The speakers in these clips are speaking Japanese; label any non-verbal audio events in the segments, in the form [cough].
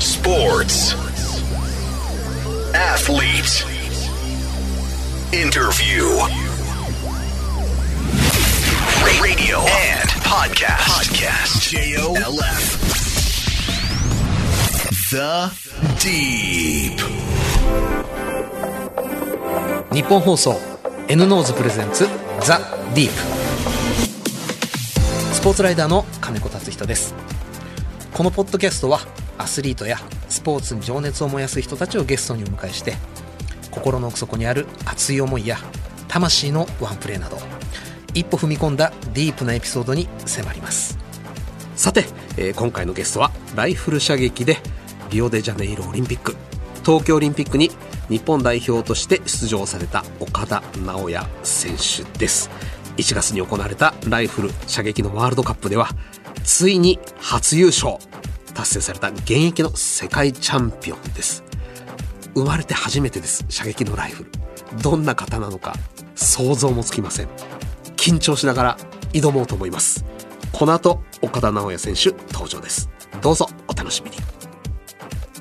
Sports. Athlete. Interview. Ra- Radio and podcast. Podcast. J-O-L-F. The Deep. 日本放送 N ノーズプレゼンツザ・ディープスポーツライダーの金子達人ですこのポッドキャストはアスリートやスポーツに情熱を燃やす人たちをゲストにお迎えして心の奥底にある熱い思いや魂のワンプレーなど一歩踏み込んだディープなエピソードに迫りますさて、えー今回のゲストはライフル射撃でリオデジャネイロオリンピック東京オリンピックに日本代表として出場された岡田直也選手です1月に行われたライフル射撃のワールドカップではついに初優勝達成された現役の世界チャンピオンです生まれて初めてです射撃のライフルどんな方なのか想像もつきません緊張しながら挑もうと思いますこの後岡田直也選手登場ですどうぞお楽しみに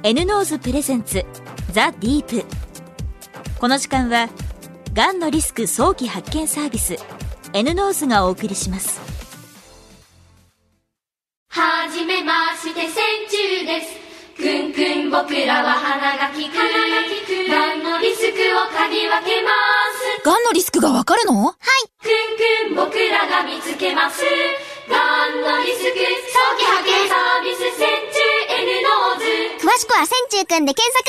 N ノーズプレゼンツザ・ディープこの時間はがんのリスク早期発見サービス N ノーズがお送りしますはじめまして戦中ですくんくん僕らは花がきく花がきくがんのリスクを嗅ぎ分けますがんのリスクがわかるのくんくん僕らが見つけますがんのリスク早期発見サービス戦中 N ノーズ詳しくは千中くんで検索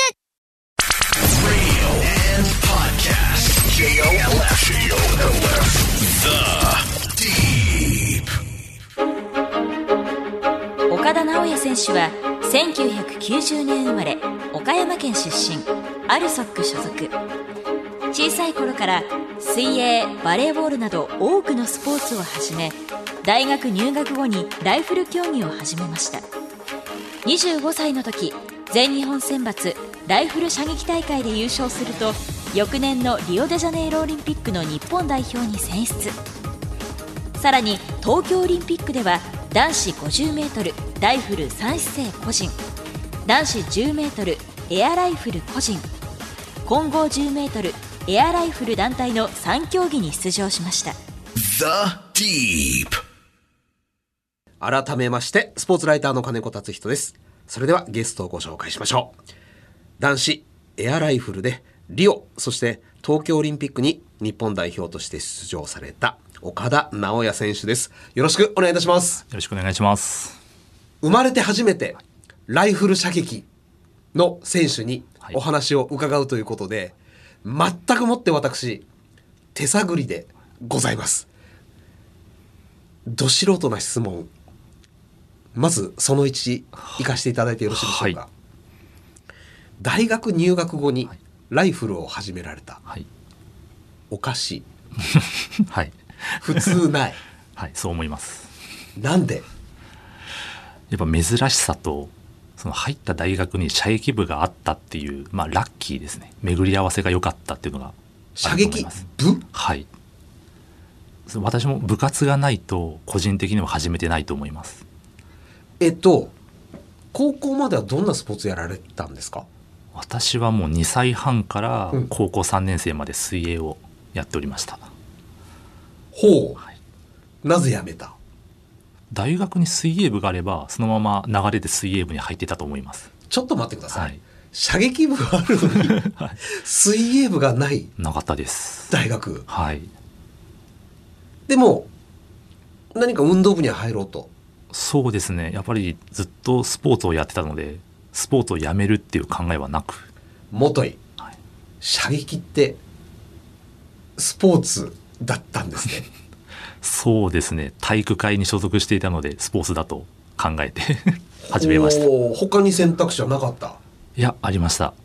Radio and podcast. J-O-L-F. J-O-L-F. The Deep. 岡田直也選手は1990年生まれ岡山県出身アルソック所属小さい頃から水泳バレーボールなど多くのスポーツを始め大学入学後にライフル競技を始めました25歳の時全日本選抜ライフル射撃大会で優勝すると翌年のリオデジャネイロオリンピックの日本代表に選出さらに東京オリンピックでは男子 50m ライフル3姿勢個人男子 10m エアライフル個人混合 10m エアライフル団体の3競技に出場しました The Deep. 改めましてスポーツライターの金子達人ですそれではゲストをご紹介しましょう男子エアライフルでリオそして東京オリンピックに日本代表として出場された岡田直也選手ですよろしくお願いいたしますよろしくお願いします。生まれて初めてライフル射撃の選手にはいお話を伺うということで、全くもって私手探りでございますど素人な質問まずその1行かせていただいてよろしいでしょうか、はい大学入学後にライフルを始められたはい。おかしいはい。普通 [laughs] ないはい、そう思います。なんでやっぱ珍しさと、その入った大学に射撃部があったっていう、まあラッキーですね。巡り合わせが良かったっていうのが射あると思い撃ます。部はい。そう私も部活がないと、個人的にも始めてないと思います。えっと高校まではどんなスポーツやられてたんですか私はもう2歳半からうん高校3年生まで水泳をやっておりました。ほう、なぜ辞めた大学に水泳部があれば、そのまま流れで水泳部に入ってたと思います。ちょっと待ってください、はい。射撃部ある [laughs] のに水泳部がないなかったです。大学はい。でも何か運動部には入ろうとそうですね。やっぱりずっとスポーツをやってたので、スポーツをやめるっていう考えはなく、元井、はい射撃ってスポーツだったんですねそうですね。体育会に所属していたので、スポーツだと考えて [laughs] [laughs] 始めました。いおー他に選択肢はなかったや、ありました。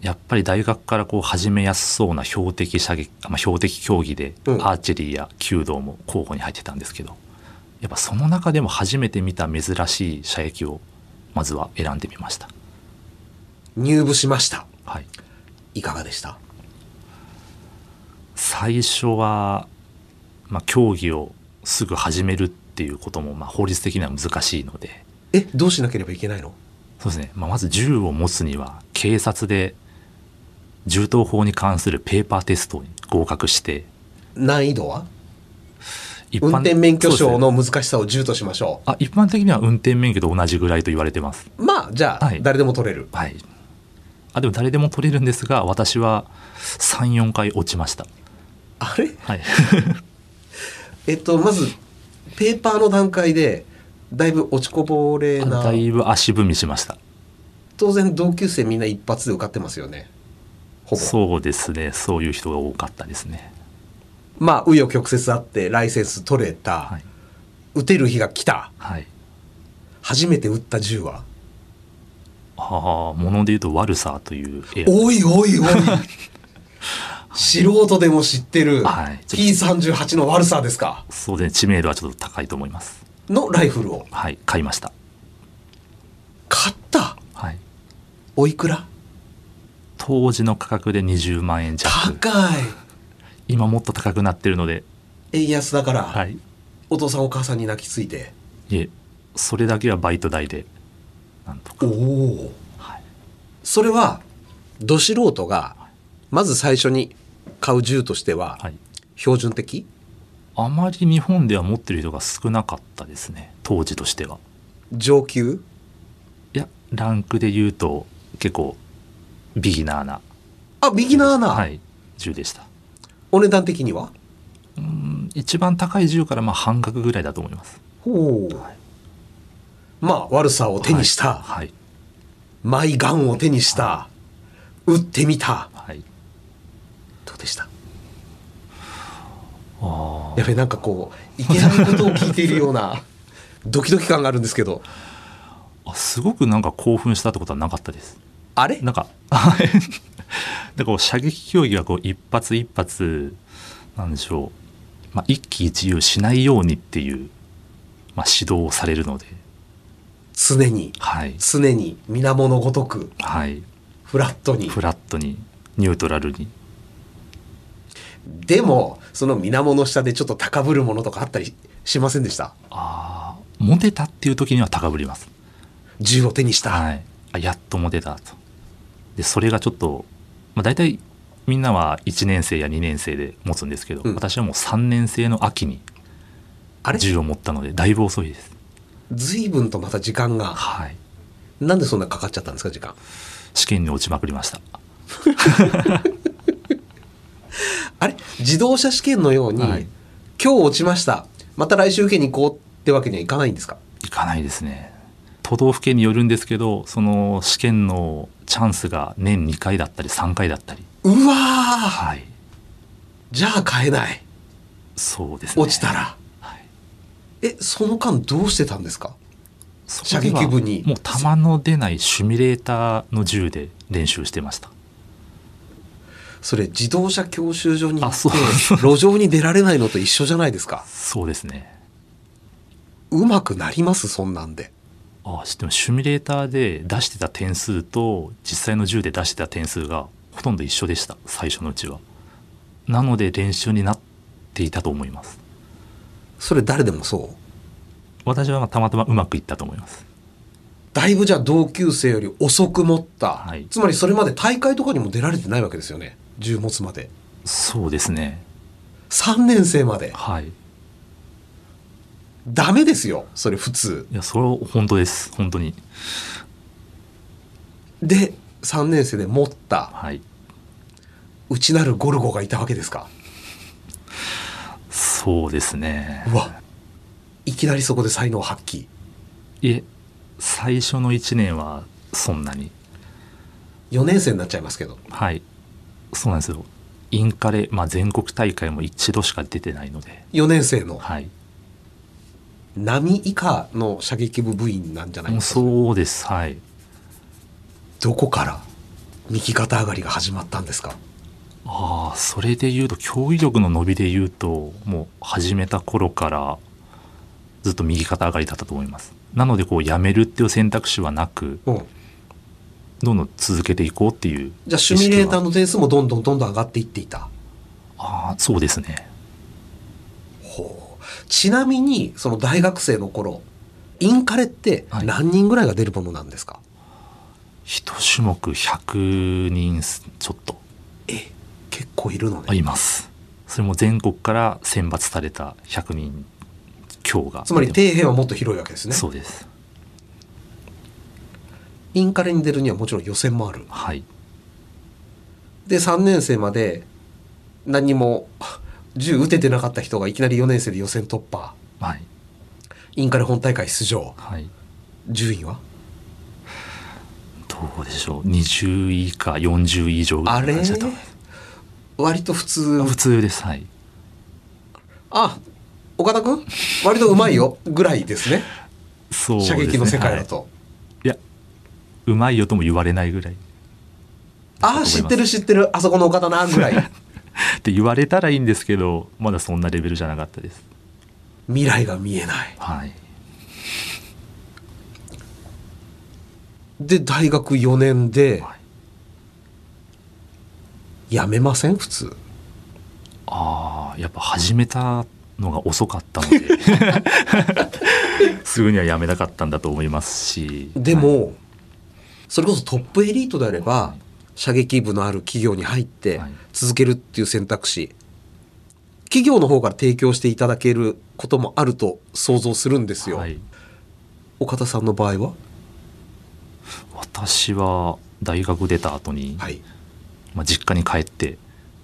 やっぱり大学からこう始めやすそうな標的射撃、まあ、標的競技で、うんアーチェリーや弓道も候補に入ってたんですけど、やっぱその中でも初めて見た珍しい射撃を、まずは選んでみました。入部しましたはい。いかがでした最初は、まあ、競技をすぐ始めるっていうことも、まあ、法律的には難しいのでえどうしなければいけないのそうですね、まあ、まず銃を持つには警察で銃刀法に関するペーパーテストに合格して難易度は一運転免許そうで証すねの難しさを10としましょあ一般的には運転免許と同じぐらいと言われてますうまあじゃあはい誰でも取れる、はいあでも誰でも取れるんですが私は34回落ちましたあれはいえっとまずペーパーの段階でだいぶ落ちこぼれなだいぶ足踏みしました当然同級生みんな一発で受かってますよねほぼそうですねそういう人が多かったですねまあ紆余曲折あってライセンス取れた、はい打てる日が来たはい初めて打った銃はああもので言うと「ワルサー」という映画おいお [laughs] いおい素人でも知ってるはい P38 の悪さですかそうで知名度はちょっと高いと思いますのライフルをはい買いました買ったはいおいくら当時の価格で20万円弱高い今もっと高くなってるので円安だから、はいお父さんお母さんに泣きついていえそれだけはバイト代でなんとかおお、はいそれはど素人がまず最初に買う銃としてははい標準的、あまり日本では持ってる人が少なかったですね当時としては上級いやランクで言うと結構ビギナーなあビギナーな、はい銃でしたお値段的にはうん一番高い銃からまあ半額ぐらいだと思いますほう、まあ悪さを手にした、はいマイガンを手にした、撃ってみたはい、どうでしたあやべなんかこういけないことを聞いているよう [laughs] なドキドキ感があるんですけどあすごくなんか興奮したってことはなかったですあれなんか [laughs] はいでこう射撃競技はこう一発一発なんでしょう、まあ、一喜一憂しないようにっていう、まあ、指導をされるので常にはい常に水面のごとくはいフラットにフラットにニュートラルにでもその水面の下でちょっと高ぶるものとかあったりしませんでしたああモテたっていう時には高ぶります銃を手にした、はい、あやっとモテたとでそれがちょっと、まあ、大体みんなは1年生や2年生で持つんですけど、うん私はもう3年生の秋にあれ銃を持ったのでだいぶ遅いです随分とまた時間がはいなんでそんなかかっちゃったんですか時間試験に落ちまくりましたあれ自動車試験のように、はい今日落ちましたまた来週受けに行こうってわけにはいかないんですかいかないですね都道府県によるんですけどその試験のチャンスが年2回だったり3回だったりうわーはいじゃあ買えないそうですね落ちたら、はいえその間どうしてたんですかそこでは射撃部にもう弾の出ないシミュレーターの銃で練習してましたそれ自動車教習所に行あそうって路上に出られないのと一緒じゃないですかそうですねうまくなりますそんなんであ知ってますシミュレーターで出してた点数と実際の銃で出してた点数がほとんど一緒でした最初のうちはなので練習になっていたと思いますそれ誰でもそう私はまあたまたまうまくいったと思いますだいぶじゃあ同級生より遅く持った、はいつまりそれまで大会とかにも出られてないわけですよね銃持つまでそうですね3年生まではいいダメですよそれ普通やそれは本当です本当にで3年生で持ったはい内なるゴルゴがいたわけですかそうですねうわいきなりそこで才能発揮いえ最初の1年はそんなに4年生になっちゃいますけどはいそうなんですよインカレ、まあ、全国大会も一度しか出てないので4年生のはい波以下の射撃部部員なんじゃないもでうすかそうですはいどこから右肩上がりが始まったんですかああそれで言うと競技力の伸びで言うともう始めた頃からずっと右肩上がりだったと思いますなのでこうやめるっていう選択肢はなくうんどんどん続けていこうっていうじゃあシミュレーターのの点数もどんどんどんどん上がっていっていたああそうですねほうちなみにその大学生の頃インカレってはい何人ぐらいが出るものなんですか、一種目100人ちょっとえ結構いるのあねいますそれも全国から選抜された100人強がつまり底辺はもっと広いわけですねそうですインカレに出るにはもちろん予選もあるはいで3年生まで何にも銃撃ててなかった人がいきなり4年生で予選突破はいインカレ本大会出場はい順位はどうでしょう20位以下40位以上ぐらあいのれ感じだった割と普通普通ですはいあ岡田君割とうまいよぐらいですねそうです射ね撃の世界だはと、い、いやうまいよとも言われないぐらいっああ知ってる知ってるあそこの岡田なぐらいて言われたらいいんですけどまだそんなレベルじゃなかったです未来が見えないはいで大学4年ではいやめません普通ああやっぱ始めたのが遅かった [laughs] のですぐにはやめなかったんだと思いますしではいも、それこそトップエリートであれば射撃部のある企業に入ってはい続けるっていう選択肢企業の方から提供していただけることもあると想像するんですよ、はい、岡田さんの場合は私は大学出た後に、はいまあ、実家に帰って、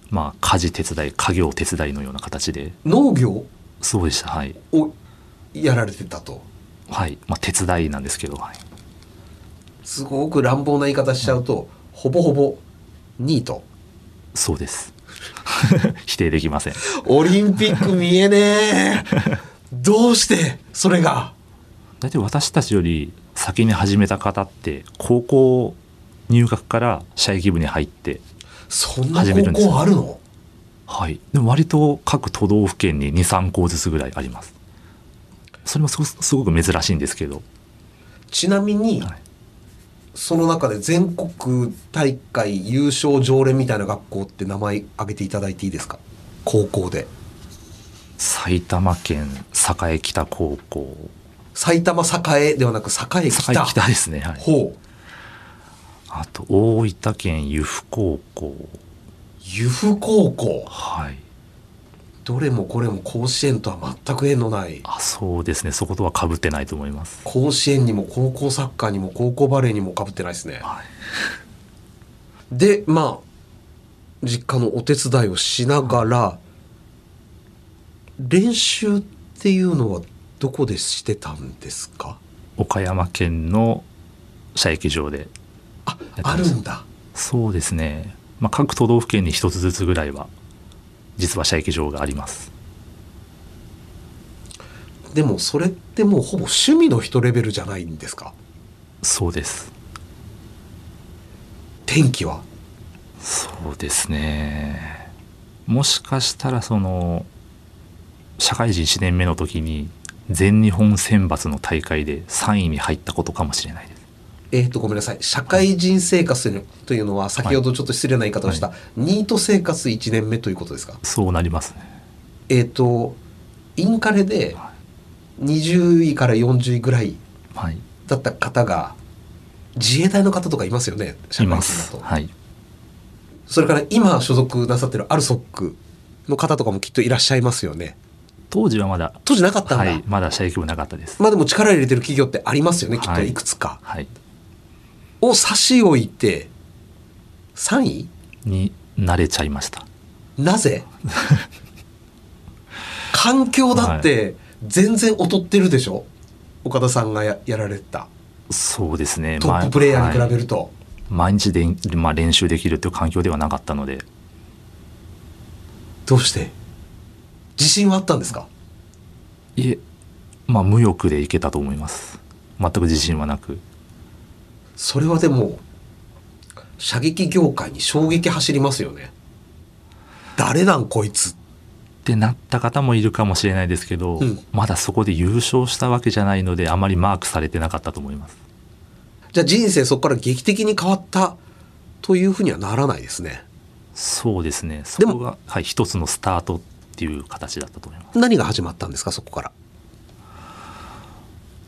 まあ、家事手伝い家業手伝いのような形で農業そうでしたはい、をやられてたとはいまあ、手伝いなんですけど、はいすごく乱暴な言い方しちゃうと、ほぼほぼニートそうです [laughs] 否定できませんオリンピック見えねえどうしてそれが大体私たちより先に始めた方って高校入学から射撃部に入ってそんな始めるんです高よ校あるのはい、でも割と各都道府県に23校ずつぐらいありますそれもすごすごく珍しいんですけどちなみに、はいその中で全国大会優勝常連みたいな学校って名前挙げていただいていいですか高校で埼玉県栄北高校埼玉栄ではなく栄北栄北ですね、はい、ほうあと大分県由布高校由布高校はいどれもこれも甲子園とは全く縁のないあそうですねそことはかぶってないと思います甲子園にも高校サッカーにも高校バレーにもかぶってないですね、はいでまあ実家のお手伝いをしながら練習っていうのはどこでしてたんですか岡山県の射撃場であやってまあしたるんだそうですね、まあ、各都道府県に一つずつぐらいは実は射撃場がありますでもそれってもうほぼ趣味の人レベルじゃないんですかそうです天気はそうですねもしかしたらその社会人1年目の時に全日本選抜の大会で3位に入ったことかもしれないですえっ、とごめんなさい社会人生活というのは先ほどちょっと失礼な言い方をした、はニート生活1年目ということですかそうなりますねえっ、とインカレでは20位から40位ぐらいはいだった方が自衛隊の方とかいますよね社会い人まだすと、はいそれから今所属なさってるアルソックの方とかもきっといらっしゃいますよね当時はまだ当時なかったんだ、はいまだ射撃部なかったですまあでも力入れてる企業ってありますよねきっとはいいくつか、はいを差し置いて3位に慣れちゃいましたな [laughs] ぜ環境だって全然劣ってるでしょ、岡田さんがややられたそうですねトッププレイヤーに比べるると、毎日で、まあ、練習できるという環境ではなかったのでどうして自信はあったんですかいえまあ無欲でいけたと思います全く自信はなくそれはでも射撃業界に衝撃走りますよね誰なんこいつってなった方もいるかもしれないですけど、うんまだそこで優勝したわけじゃないのであまりマークされてなかったと思いますじゃあ人生そこから劇的に変わったというふうにはならないですねそうですねそでもこが、はい、一つのスタートっていう形だったと思います何が始まったんですかそこから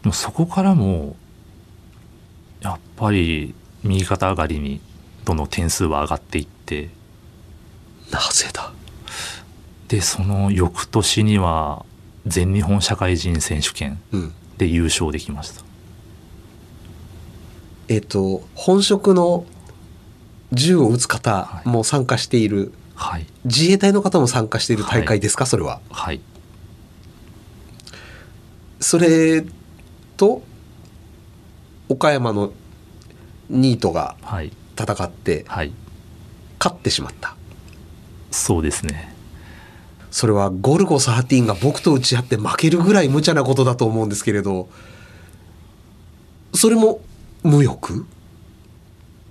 でもそこからもやっぱり右肩上がりにどんどん点数は上がっていってなぜだでその翌年には全日本社会人選手権うんで優勝できましたえっ、と本職の銃を撃つ方も参加している、はい自衛隊の方も参加している大会ですか、それははいそれと岡山のニートがはい戦ってはい勝ってしまったそうですねそれはゴルゴ13が僕と打ち合って負けるぐらい無茶なことだと思うんですけれどそれも無欲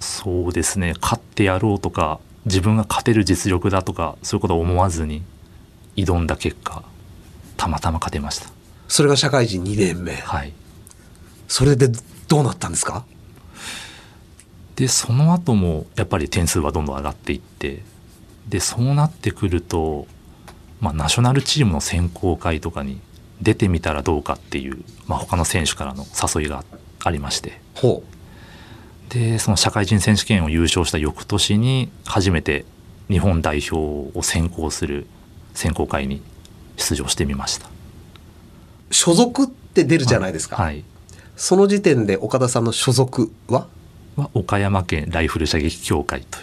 そうですね勝ってやろうとか自分が勝てる実力だとかそういうことを思わずに挑んだ結果たまたま勝てましたそれが社会人2年目はいそれでどうなったんですかでその後もやっぱり点数はどんどん上がっていってでそうなってくると、まあ、ナショナルチームの選考会とかに出てみたらどうかっていう、まあ、他の選手からの誘いがありましてほでその社会人選手権を優勝した翌年に初めて日本代表を選考する選考会に出場してみましたう所属って出るじゃないですか、はいその時点で岡田さんの所属はは岡山県ライフル射撃協会とい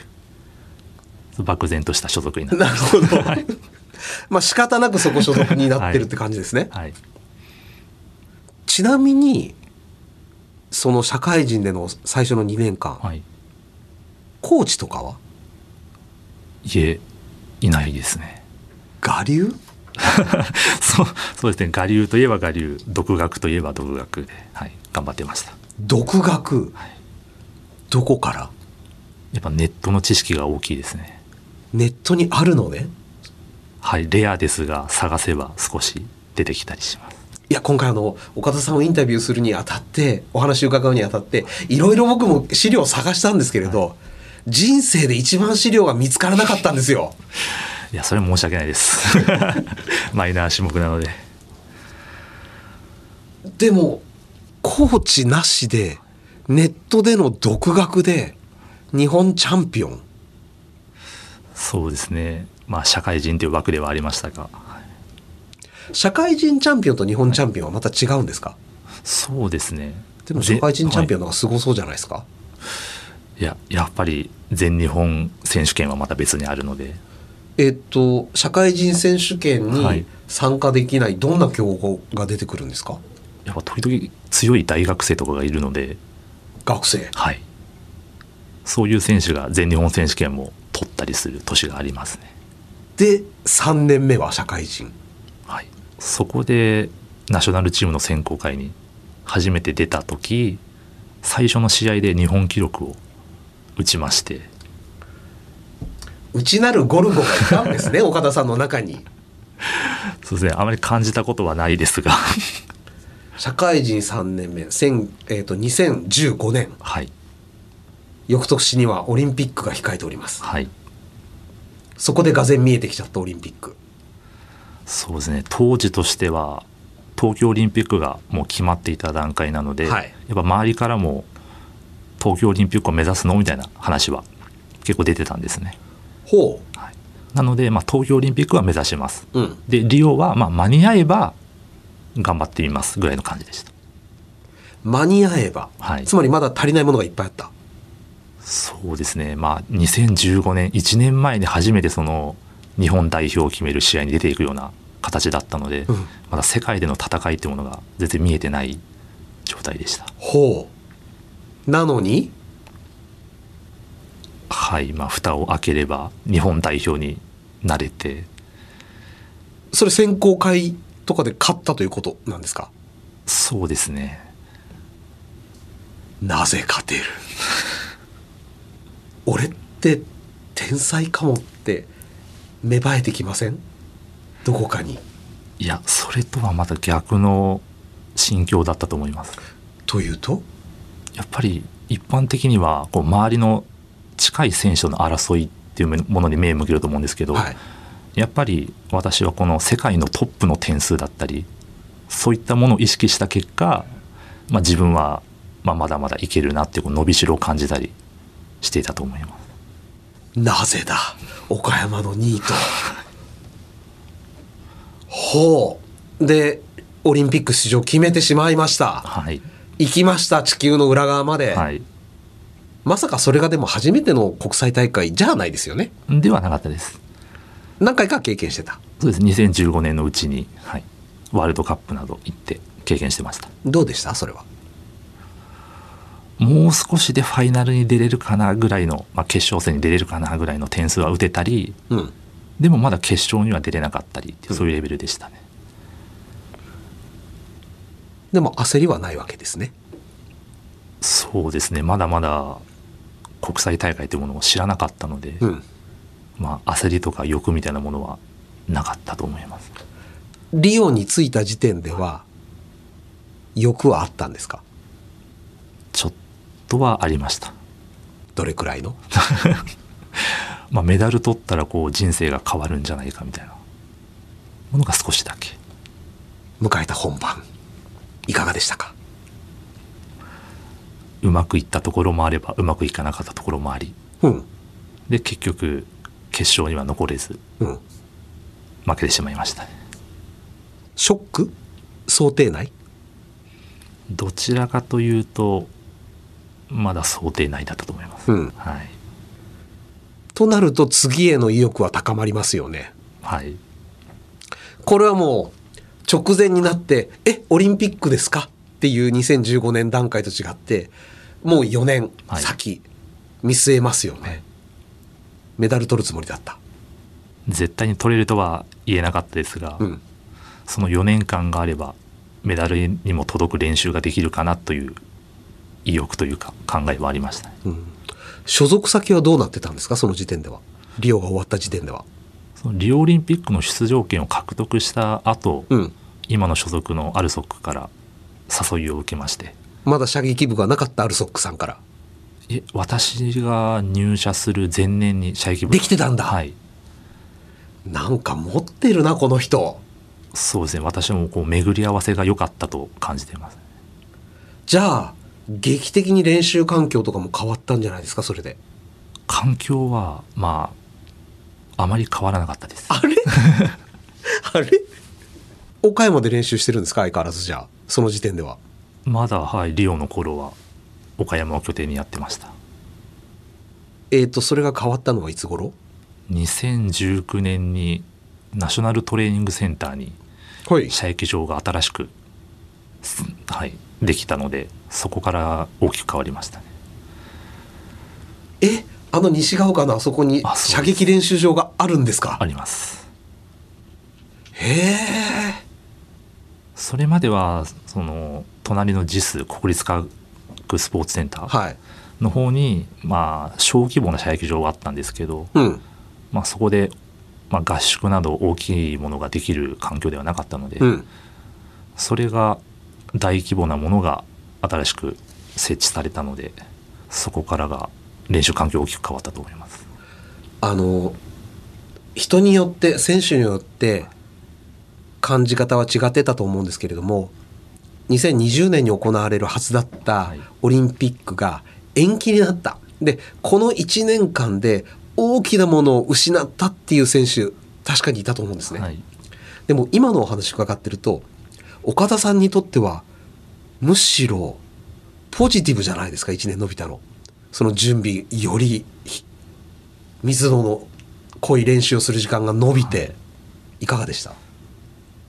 う漠然とした所属になってなるほど。 [laughs] まあ仕方なくそこ所属になってるって感じですね。はいちなみに、その社会人での最初の2年間、はいコーチとかはいえ、いないですね。 [laughs] 我流そう、そうですね。我流といえば我流、独学といえば独学で、はい、頑張ってました。独学、どこからやっぱネットの知識が大きいですね。ネットにあるのね。はい、レアですが、探せば少し出てきたりします。いや、今回あの、岡田さんをインタビューするにあたって、お話を伺うにあたって、いろいろ僕も資料を探したんですけれど、人生で一番資料が見つからなかったんですよ。いや、それは申し訳ないです。 [laughs] マイナー種目なので。でもコーチなしでネットでの独学で日本チャンピオンそうですね。まあ、社会人という枠ではありましたが、社会人チャンピオンと日本チャンピオンはまた違うんですか、そうですね。でも社会人チャンピオンン、の方がすごそうじゃないですか、はいいや、やっぱり全日本選手権はまた別にあるので、えっと社会人選手権はにい参加できないどんな競合が出てくるんですかやっぱ時々強い大学生とかがいるので、学生はい、そういう選手が全日本選手権も取ったりする年がありますね、で3年目は社会人はい、そこでナショナルチームの選考会に初めて出た時最初の試合で日本記録を打ちまして内なるゴルゴがいたんですね岡田さんの中にそうですねあまり感じたことはないですが [laughs] 社会人3年目、千えっと2015年はい翌年にはオリンピックが控えておりますはいそこでがぜ見えてきちゃったオリンピックそうですね当時としては東京オリンピックがもう決まっていた段階なので、はいやっぱ周りからも東京オリンピックを目指すのみたいな話は結構出てたんですねほはい、なので、まあ、東京オリンピックは目指しますううんでリオは、まあ、間に合えば頑張ってみますぐらいの感じでした間に合えば、はいつまりまだ足りないものがいっぱいあったそうですねまあ2015年1年前に初めてその日本代表を決める試合に出ていくような形だったので、うんまだ世界での戦いっていうものが全然見えてない状態でしたほうなのにはいまあ蓋を開ければ日本代表になれてそれ選考会とかで勝ったということなんですかそうですねなぜ勝てる [laughs] 俺って天才かもって芽生えてきませんどこかにいやそれとはまた逆の心境だったと思いますというとやっぱり一般的にはこう周りの近い選手との争いっていうものに目を向けると思うんですけど、はいやっぱり私はこの世界のトップの点数だったりそういったものを意識した結果、まあ、自分はまあまだまだいけるなっていうこう伸びしろを感じたりしていたと思いますなぜだ岡山の2位と。 [laughs] ほう。で、オリンピック出場を決めてしまいました。はい行きました、地球の裏側まで。はいまさかそれがでも初めての国際大会じゃないですよね。ではなかったです何回か経験してた。そうです2015年のうちに、はい、ワールドカップなど行って経験してましたどうでしたそれは。もう少しでファイナルに出れるかなぐらいの、まあ、決勝戦に出れるかなぐらいの点数は打てたりうん。でもまだ決勝には出れなかったりっていうそういうレベルでしたね、でも焦りはないわけですね。そうですねまだまだ国際大会というものを知らなかったので、うん。まあ、焦りとか欲みたいなものはなかったと思いますリオに着いた時点では、欲はあったんですかちょっとはありました、どれくらいのまあ、メダル取ったらこう人生が変わるんじゃないかみたいなものが少しだけ迎えた本番。いかがでしたかうまくいったところもあればうまくいかなかったところもありうん。で結局決勝には残れずうん。負けてしまいましたねショック想定内どちらかというとまだ想定内だったと思います、うんはい、となると次への意欲は高まりますよね。はい、これはもう直前になって、え、オリンピックですかっていう2015年段階と違って、もう4年はい先、見据えますよね。メダル取るつもりだった。絶対に取れるとは言えなかったですが、うん。その4年間があればメダルにも届く練習ができるかなという意欲というか考えはありましたね、所属先はどうなってたんですかその時点では。リオが終わった時点では。そのリオオリンピックの出場権を獲得した後、うん。今の所属のアルソックから誘いを受けましてまだ射撃部がなかったアルソックさんから。いえ私が入社する前年に射撃部できてたんだはいなんか持ってるな、この人。そうですね私もこう巡り合わせが良かったと感じていますじゃあ、劇的に練習環境とかも変わったんじゃないですかそれで。環境はまああまり変わらなかったですあれ [laughs] あれ岡山で練習してるんですか相変わらずじゃあその時点ではまだはいリオの頃は岡山を拠点にやってましたえっ、とそれが変わったのはいつ頃2019年にナショナルトレーニングセンターにはい射撃場が新しく、すはい、できたのでそこから大きく変わりましたねえあの西ヶ丘のあそこにあそう射撃練習場があるんですかありますへえそれまではその隣の JIS 国立科学スポーツセンターはいの方に、まあ小規模な射撃場があったんですけど、うんまあ、そこで、まあ、合宿など大きいものができる環境ではなかったので、うんそれが大規模なものが新しく設置されたのでそこからが練習環境大きく変わったと思いますあの人によって選手によって感じ方は違ってたと思うんですけれども2020年に行われるはずだったはいオリンピックが延期になったでこの1年間で大きなものを失ったっていう選手確かにいたと思うんですね、はい、でも今のお話伺ってると岡田さんにとってはむしろポジティブじゃないですか1年伸びたのその準備よりひ水野の濃い練習をする時間が伸びて、い、かがでした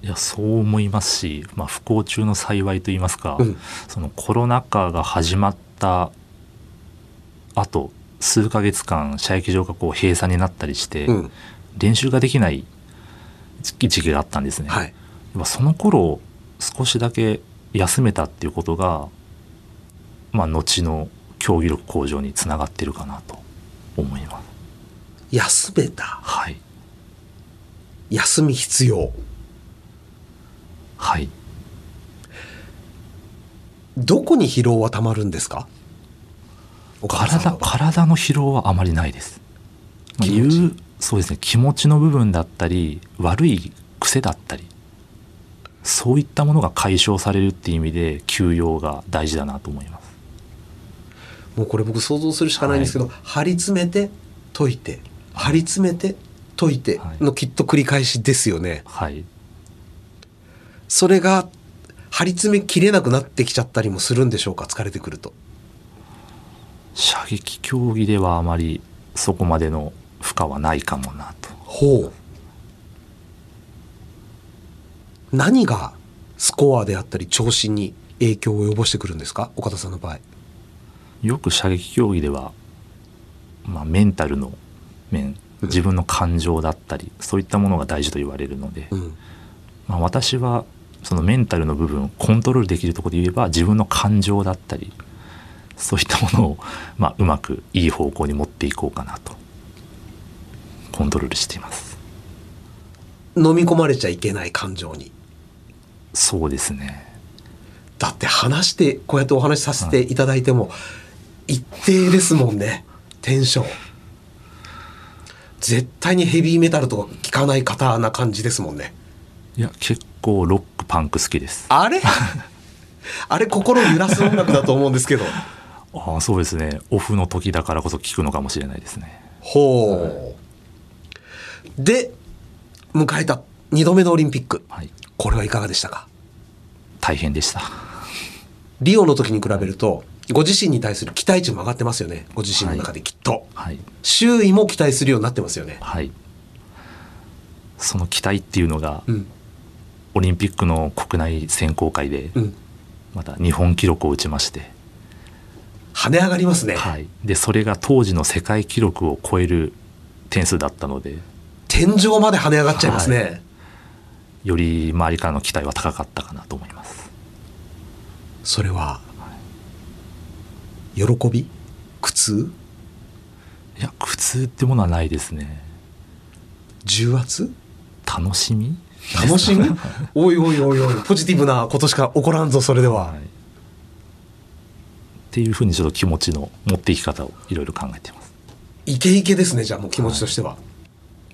いやそう思いますし、まあ、不幸中の幸いといいますか、うんそのコロナ禍が始まったあと数ヶ月間射撃場がこう閉鎖になったりして、うん練習ができない時時期があったんですね、はいやっぱその頃少しだけ休めたっていうことが、まあ、後の競技力向上につながってるかなと思います。休めたはい、休み必要はい、どこに疲労はたまるんですか岡田さん体は体の疲労はあまりないです。まあ気持ち言うそうですね気持ちの部分だったり悪い癖だったりそういったものが解消されるっていう意味で休養が大事だなと思います。もうこれ僕想像するしかないんですけど、張り詰めて解いて張り詰めて解いてはいのきっと繰り返しですよね。はいそれが張り詰めきれなくなってきちゃったりもするんでしょうか疲れてくると。射撃競技ではあまりそこまでの負荷はないかもなとほう何がスコアであったり調子に影響を及ぼしてくるんですか岡田さんの場合。よく射撃競技では、まあ、メンタルの面うん自分の感情だったり、そういったものが大事と言われるので、うん、まあ、私はそのメンタルの部分コントロールできるところで言えば自分の感情だったりそういったものを、まあ、うまくいい方向に持っていこうかなとコントロールしています飲み込まれちゃいけない感情に。そうですねだって話してこうやってお話しさせていただいても一定ですもんねテンション絶対にヘビーメタルとか聞かない方な感じですもんねいや結構ロックパンク好きですああれ [laughs] あれ心揺らす音楽だと思うんですけどあそうですねオフの時だからこそ聞くのかもしれないですねほうで迎えた2度目のオリンピックはいこれはいかがでしたか大変でしたリオの時に比べるとご自身に対する期待値も上がってますよねご自身の中できっと、はい周囲も期待するようになってますよねはいその期待っていうのが、うんオリンピックの国内選考会でうんまた日本記録を打ちまして、跳ね上がりますね、はい、でそれが当時の世界記録を超える点数だったので天井まで跳ね上がっちゃいますね、はより周りからの期待は高かったかなと思いますそれは喜び苦痛いや苦痛ってものはないですね重圧楽しみ楽しみ [laughs] おいおいおいおいポジティブなことしか起こらんぞそれでは、はいっていうふうにちょっと気持ちの持っていき方をいろいろ考えています、イケイケですねじゃあもう気持ちとしては、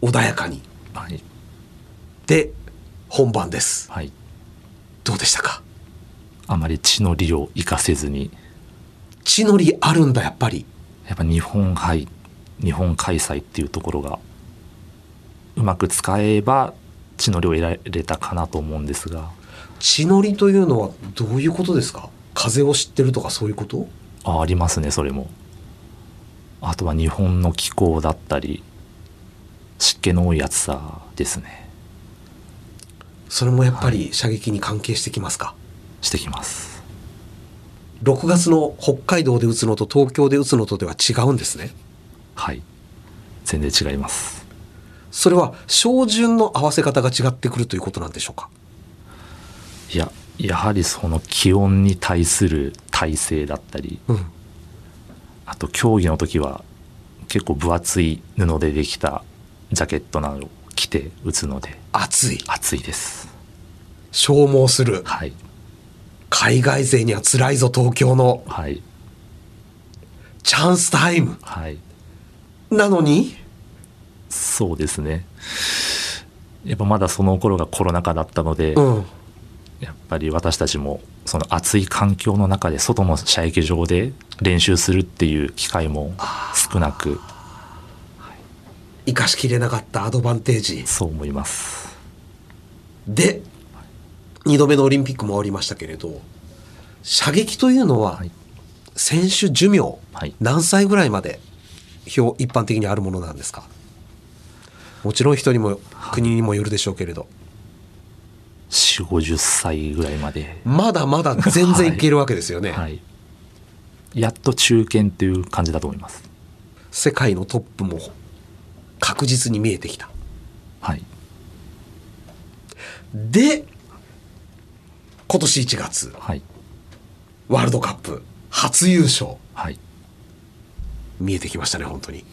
穏やかにはいで本番ですはい、どうでしたかあまり地の利を生かせずに地の利あるんだやっぱりやっぱ日本杯日本開催っていうところがうまく使えば地の利を得られたかなと思うんですが地の利というのはどういうことですか風を知ってるとかそういうことあありますねそれもあとは日本の気候だったり湿気の多い暑さですねそれもやっぱり射撃に関係してきますか、してきます6月の北海道で打つのと東京で打つのとでは違うんですね。はい全然違いますそれは照準の合わせ方が違ってくるということなんでしょうか。いややはりその気温に対する体勢だったりうん。あと競技の時は結構分厚い布でできたジャケットなどを着て打つので暑い。暑いです消耗する。はい海外勢には辛いぞ東京のはいチャンスタイム。はいなのに、そうですねやっぱまだその頃がコロナ禍だったので、うん。やっぱり私たちもその暑い環境の中で外の射撃場で練習するっていう機会も少なく生かしきれなかったアドバンテージ。そう思いますで、2度目のオリンピックも終わりましたけれど、射撃というのははい、選手寿命、はい何歳ぐらいまで表一般的にあるものなんですかもちろん人にも国にもよるでしょうけれど、 4 5 0歳ぐらいまで、まだまだ全然いけるわけですよね、はい、やっと中堅っていう感じだと思います世界のトップも確実に見えてきたはいで今年1月はいワールドカップ初優勝はい見えてきましたね本当に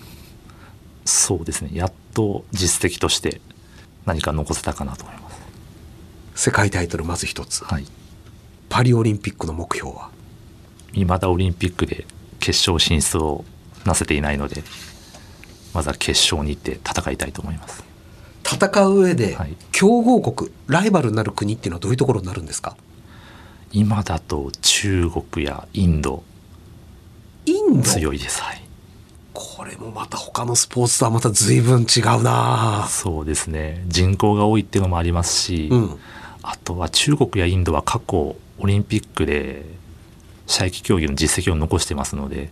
そうですねやっと実績として何か残せたかなと思います世界タイトルまず一つはいパリオリンピックの目標は未だオリンピックで決勝進出をなせていないのでまずは決勝に行って戦いたいと思います戦う上ではい強豪国、ライバルになる国っていうのはどういうところになるんですか今だと中国やインドインド強いですはいこれもまた他のスポーツとはまた随分違うなそうですね人口が多いっていうのもありますし、うんあとは中国やインドは過去オリンピックで射撃競技の実績を残してますので、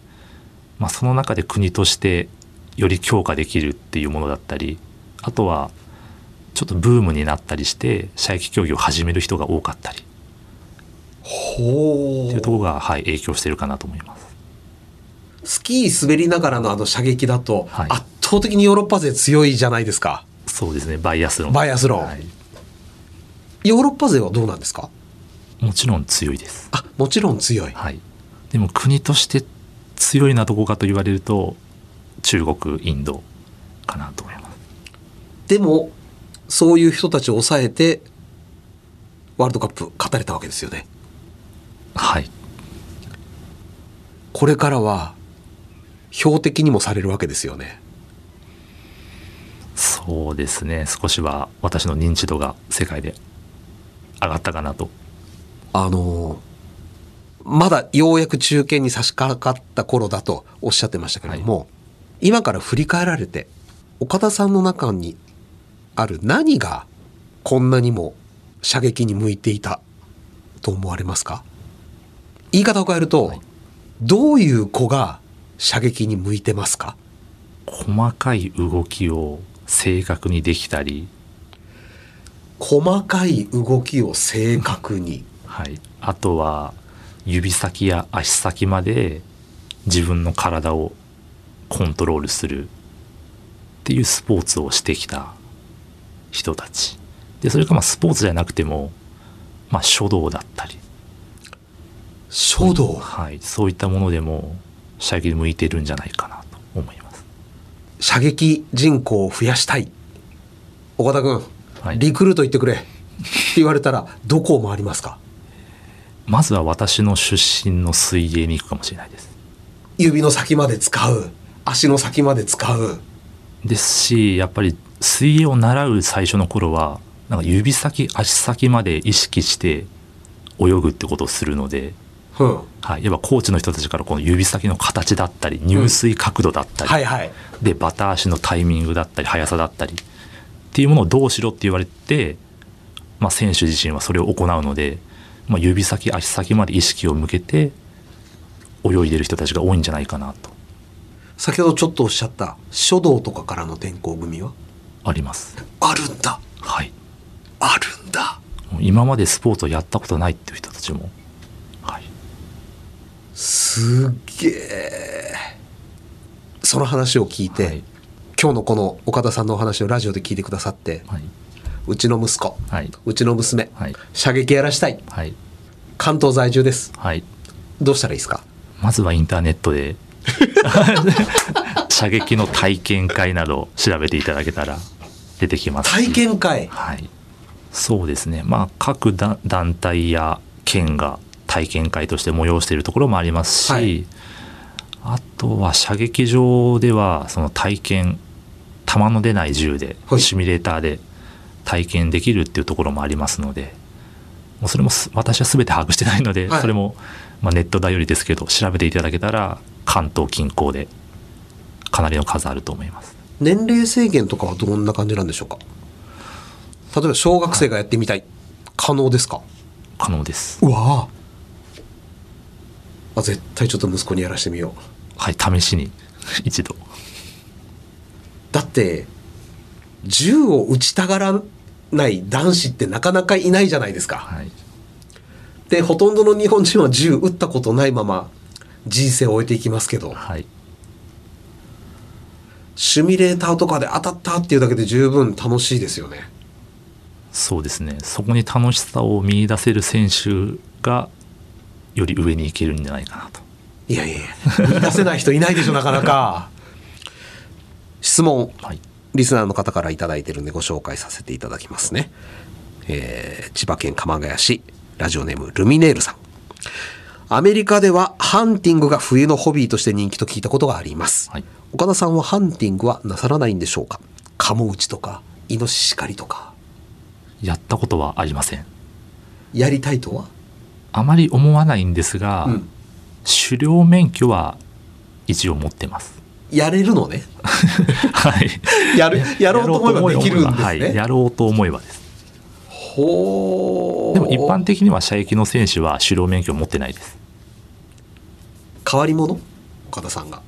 まあ、その中で国としてより強化できるっていうものだったりあとはちょっとブームになったりして射撃競技を始める人が多かったりっほていうところが、はい、影響してるかなと思います。スキー滑りながらのあの射撃だと、はい圧倒的にヨーロッパ勢強いじゃないですかそうですねバイアスロンバイアスロンはいヨーロッパ勢はどうなんですかもちろん強いですあもちろん強いはい、でも国として強いのはどこかと言われると中国インドかなと思いますでもそういう人たちを抑えてワールドカップ勝たれたわけですよねはいこれからは標的にもされるわけですよねそうですね少しは私の認知度が世界で上がったかなとあのまだようやく中堅に差し掛かった頃だとおっしゃってましたけれども、今から振り返られて岡田さんの中にある何がこんなにも射撃に向いていたと思われますか言い方を変えると、どういう子が射撃に向いてますか細かい動きを正確にできたり、細かい動きを正確に。はい、あとは指先や足先まで自分の体をコントロールするっていうスポーツをしてきた人たちでそれがまあスポーツじゃなくても、まあ、書道だったり、書道、はい、そういったものでも射撃に向いてるんじゃないかなと思います射撃人口を増やしたい岡田君、はいリクルート行ってくれって言われたらどこを回りますかまずは私の出身の水泳に行くかもしれないです指の先まで使う足の先まで使うですしやっぱり水泳を習う最初の頃はなんか指先足先まで意識して泳ぐってことをするので、うんはい、やっぱコーチの人たちからこの指先の形だったり入水角度だったり、はいはいでバタ足のタイミングだったり速さだったりっていうものをどうしろって言われて、まあ、選手自身はそれを行うので、まあ、指先足先まで意識を向けて泳いでる人たちが多いんじゃないかなと先ほどちょっとおっしゃった書道とかからの転校組はあります。あるんだはいあるんだもう今までスポーツをやったことないっていう人たちも、はい、すっげえその話を聞いて、はい今日のこの岡田さんのお話をラジオで聞いてくださって、はいうちの息子、はいうちの娘、はい射撃やらしたいはい関東在住ですはいどうしたらいいですかまずはインターネットで [laughs] 射撃の体験会など調べていただけたら出てきますし体験会はいそうですねまあ各だ団体や県が体験会として催しているところもありますし、はいあとは射撃場ではその体験弾の出ない銃で、はいシミュレーターで体験できるっていうところもありますのでもうそれもす私は全て把握してないので、はいそれも、まあ、ネット頼りですけど調べていただけたら関東近郊でかなりの数あると思います。年齢制限とかはどんな感じなんでしょうか例えば小学生がやってみたい、可能ですか可能ですうわあ絶対ちょっと息子にやらしてみようはい試しに一度だって銃を撃ちたがらない男子ってなかなかいないじゃないですかはいでほとんどの日本人は銃撃ったことないまま人生を終えていきますけどはいシュミレーターとかで当たったっていうだけで十分楽しいですよねそうですねそこに楽しさを見出せる選手がより上に行けるんじゃないかなといやいやいや見出せない人いないでしょなかなか質問はいリスナーの方から頂いただいてるんでご紹介させていただきますね、えー千葉県鎌ケ谷市ラジオネームルミネールさんアメリカではハンティングが冬のホビーとして人気と聞いたことがあります、はい岡田さんはハンティングはなさらないんでしょうかカモウチとかイノシシ狩りとかやったことはありませんやりたいとはあまり思わないんですが、うん狩猟免許は一応持ってます。 [laughs] やれるのね。はい。 [laughs] やる、やろうと思えばできるんですね。はい、やろうと思えばです。ほう。でも一般的には射撃の選手は狩猟免許を持ってないです。変わり者岡田さんが。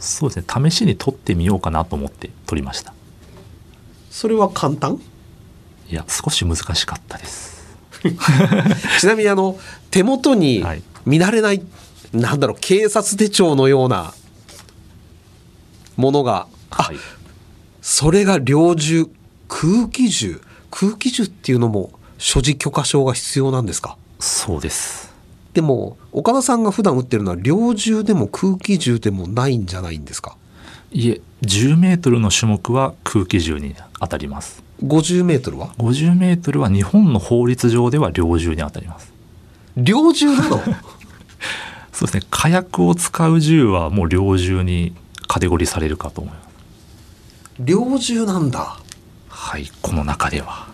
そうですね。試しに取ってみようかなと思って取りました。それは簡単 [laughs] いや、少し難しかったです。ちなみにあの、手元にはい見慣れない、なんだろう、警察手帳のようなものが、あ、はい。それが猟銃、空気銃。空気銃っていうのも所持許可証が必要なんですかそうです。でも、岡田さんが普段撃ってるのは猟銃でも空気銃でもないんじゃないんですかいえ、10メートルの種目は空気銃に当たります。 50メートルは50メートルは日本の法律上では猟銃に当たります。猟銃な [laughs] のそうですね。火薬を使う銃はもう猟銃にカテゴリーされるかと思います。猟銃なんだ。はい、この中では。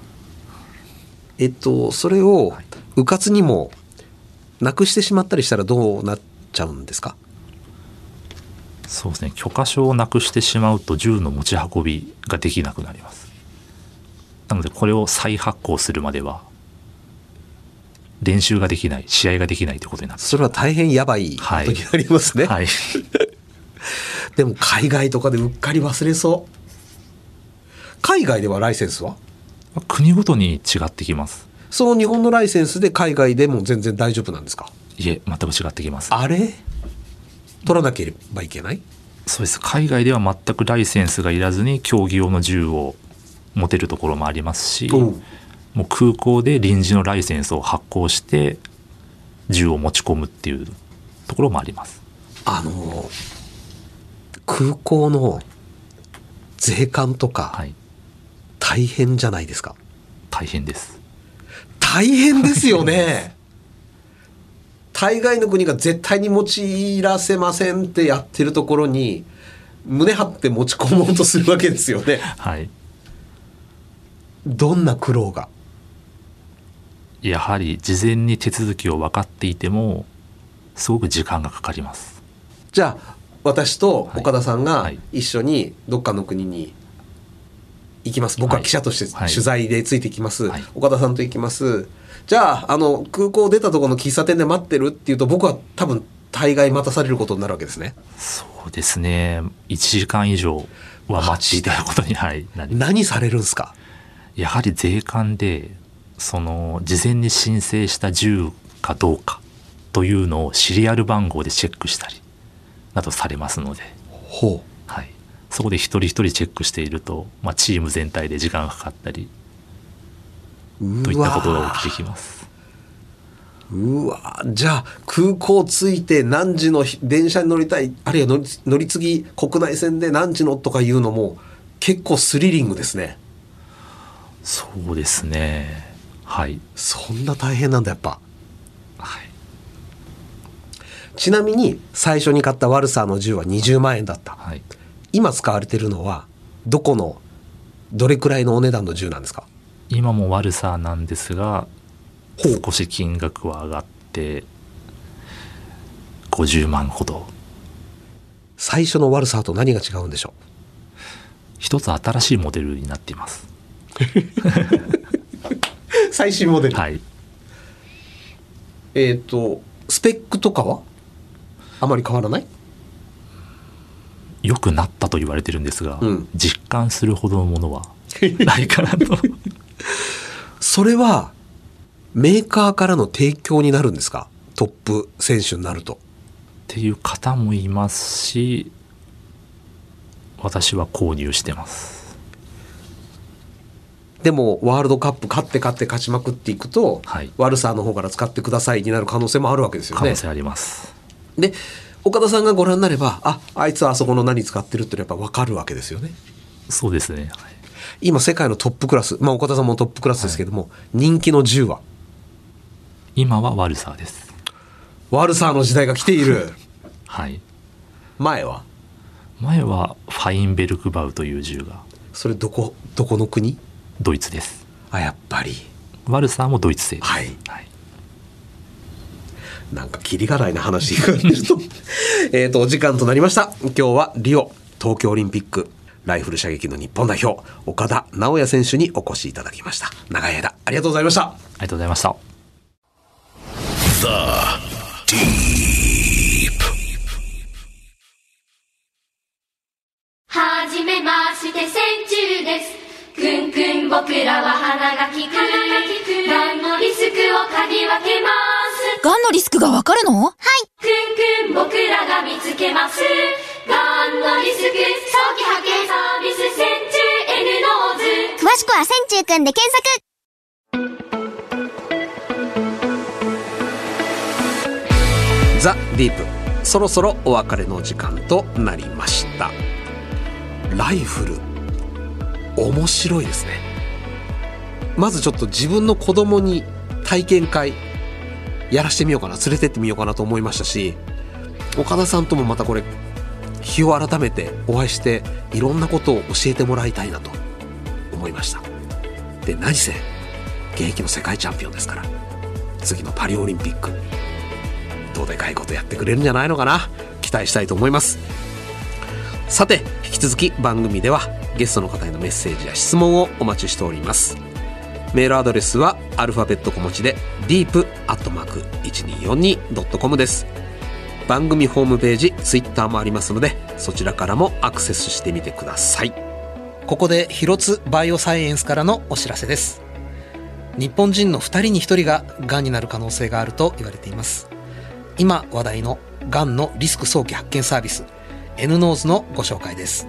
えっと、それを、うかつにも、なくしてしまったりしたらどうなっちゃうんですかそうですね。許可証をなくしてしまうと銃の持ち運びができなくなります。なのでこれを再発行するまでは練習ができない、試合ができないということになってそれは大変やばいこはいとになりますね。はい。 [laughs] でも海外とかでうっかり忘れそう。海外ではライセンスは国ごとに違ってきます。その日本のライセンスで海外でも全然大丈夫なんですかいえ、全く違ってきます。あれ取らなければいけないそうです。海外では全くライセンスがいらずに競技用の銃を持てるところもありますし、おもうう空港で臨時のライセンスを発行して銃を持ち込むっていうところもあります。あの空港の税関とはかい。大変じゃないですか大変です。大変ですよね大概の国が絶対に持ちらせませんってやってるところに胸張って持ち込もうとするわけですよねはい。どんな苦労がやはり事前に手続きを分かっていても、すごく時間がかかります。じゃあ私と岡田さんはがい一緒にどっかの国に行きます僕は記者としてはい取材でついてきます、はい岡田さんと行きますじゃああの空港出たところの喫茶店で待ってるっていうと僕は多分大概待たされることになるわけですねそうですね。1時間以上は待ちいただくことに、はい、なります何されるんですかやはり税関で、その、事前に申請した銃かどうかというのをシリアル番号でチェックしたり、などされますので、ほうはい。そこで一人一人チェックしていると、まあ、チーム全体で時間がかかったり、といっうたことわが起きてきます。うわじゃあ空港着いて何時の電車に乗りたいあるいは乗り乗り継ぎ国内線で何時のとかいうのも結構スリリングですねそうですね。はい。そんな大変なんだやっぱはい。ちなみに最初に買ったワルサーの銃は20万円だったはい。今使われてるのはどこのどれくらいのお値段の銃なんですか今も悪さなんですが、少し金額は上がって、50万ほど。最初のワルサーと何が違うんでしょ一つ新しいモデルになっています。う最新モデル、はい。えっ、とスペックとかはあまり変わらない [laughs] 良くなったと言われてるんですが、うん実感するほどのものはないかな [laughs] と。それはメーカーからの提供になるんですかトップ選手になるとっていう方もいますし、私は購入してます。でもワールドカップ勝って勝って勝ちまくっていくと、はいワルサーの方から使ってくださいになる可能性もあるわけですよ可ね能性あります。で岡田さんがご覧になればああいつはあそこの何使ってるってのはやっぱ分かるわけですよねそうですね。はい今世界のトップクラスまあ岡田さんもトップクラスですけども、人気の銃は今は悪さです。ワルサーの時代が来ているはい。前は前はファインベルクバウという銃がそれどこどこの国ドイツですあやっぱりワルサーもドイツ製ですはいはい、なんかキリがないな話が [laughs] 出るとえっとお時間となりました今日はリオ東京オリンピックライフル射撃の日本代表岡田直也選手にお越しいただきました長い間ありがとうございましたありがとうございました。はじめまして戦中ですくんくん僕らは花がきくがんのリスクを嗅ぎ分けますがんのリスクがわかるのくんくん僕らが見つけますがんのリスク早期発見サービス戦中 N ノーズ詳しくは千中くんで検索ザ・ディープそろそろお別れの時間となりましたライフル面白いですねまずちょっと自分の子供に体験会やらしてみようかな連れてってみようかなと思いましたし岡田さんともまたこれ日を改めてお会いしていろんなことを教えてもらいたいなと思いましたで何せ現役の世界チャンピオンですから次のパリオリンピックどうでかいことやってくれるんじゃないのかな期待したいと思いますさて引き続き番組ではゲストの方へのメッセージや質問をお待ちしておりますメールアドレスはアルファベット小文字で deep.1242.com です番組ホームページツイッターもありますのでそちらからもアクセスしてみてくださいここで広津バイオサイエンスからのお知らせです日本人の2人に1人ががんになる可能性があると言われています今話題のがんのリスク早期発見サービス N ノーズのご紹介です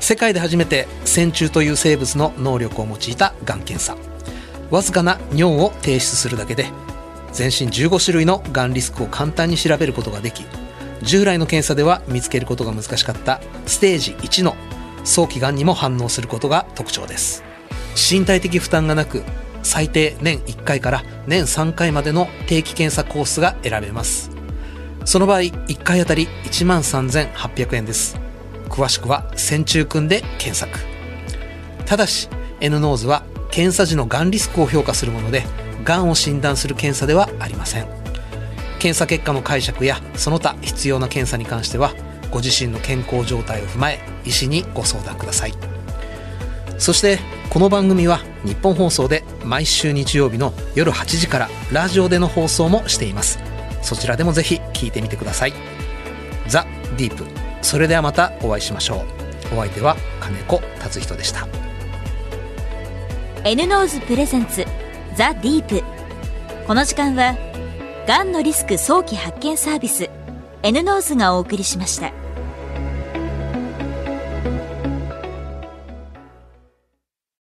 世界で初めて線虫という生物の能力を用いたがん検査わずかな尿を提出するだけで全身15種類のがんリスクを簡単に調べることができ従来の検査では見つけることが難しかったステージ1の早期がんにも反応することが特徴です身体的負担がなく最低年1回から年3回までの定期検査コースが選べますその場合1回あたり1万3800円です詳しくは「線虫くん」で検索ただし N ノーズは検査時のがんリスクを評価するものでがんを診断する検査ではありません検査結果の解釈やその他必要な検査に関してはご自身の健康状態を踏まえ医師にご相談くださいそしてこの番組は日本放送で毎週日曜日の夜8時からラジオでの放送もしていますそちらでもぜひ聞いてみてくださいザ・ディープそれではまたお会いしましょうお相手は金子達人でした N ノーズプレゼンツザ・ディープこの時間はがんのリスク早期発見サービス N ノーズがお送りしました。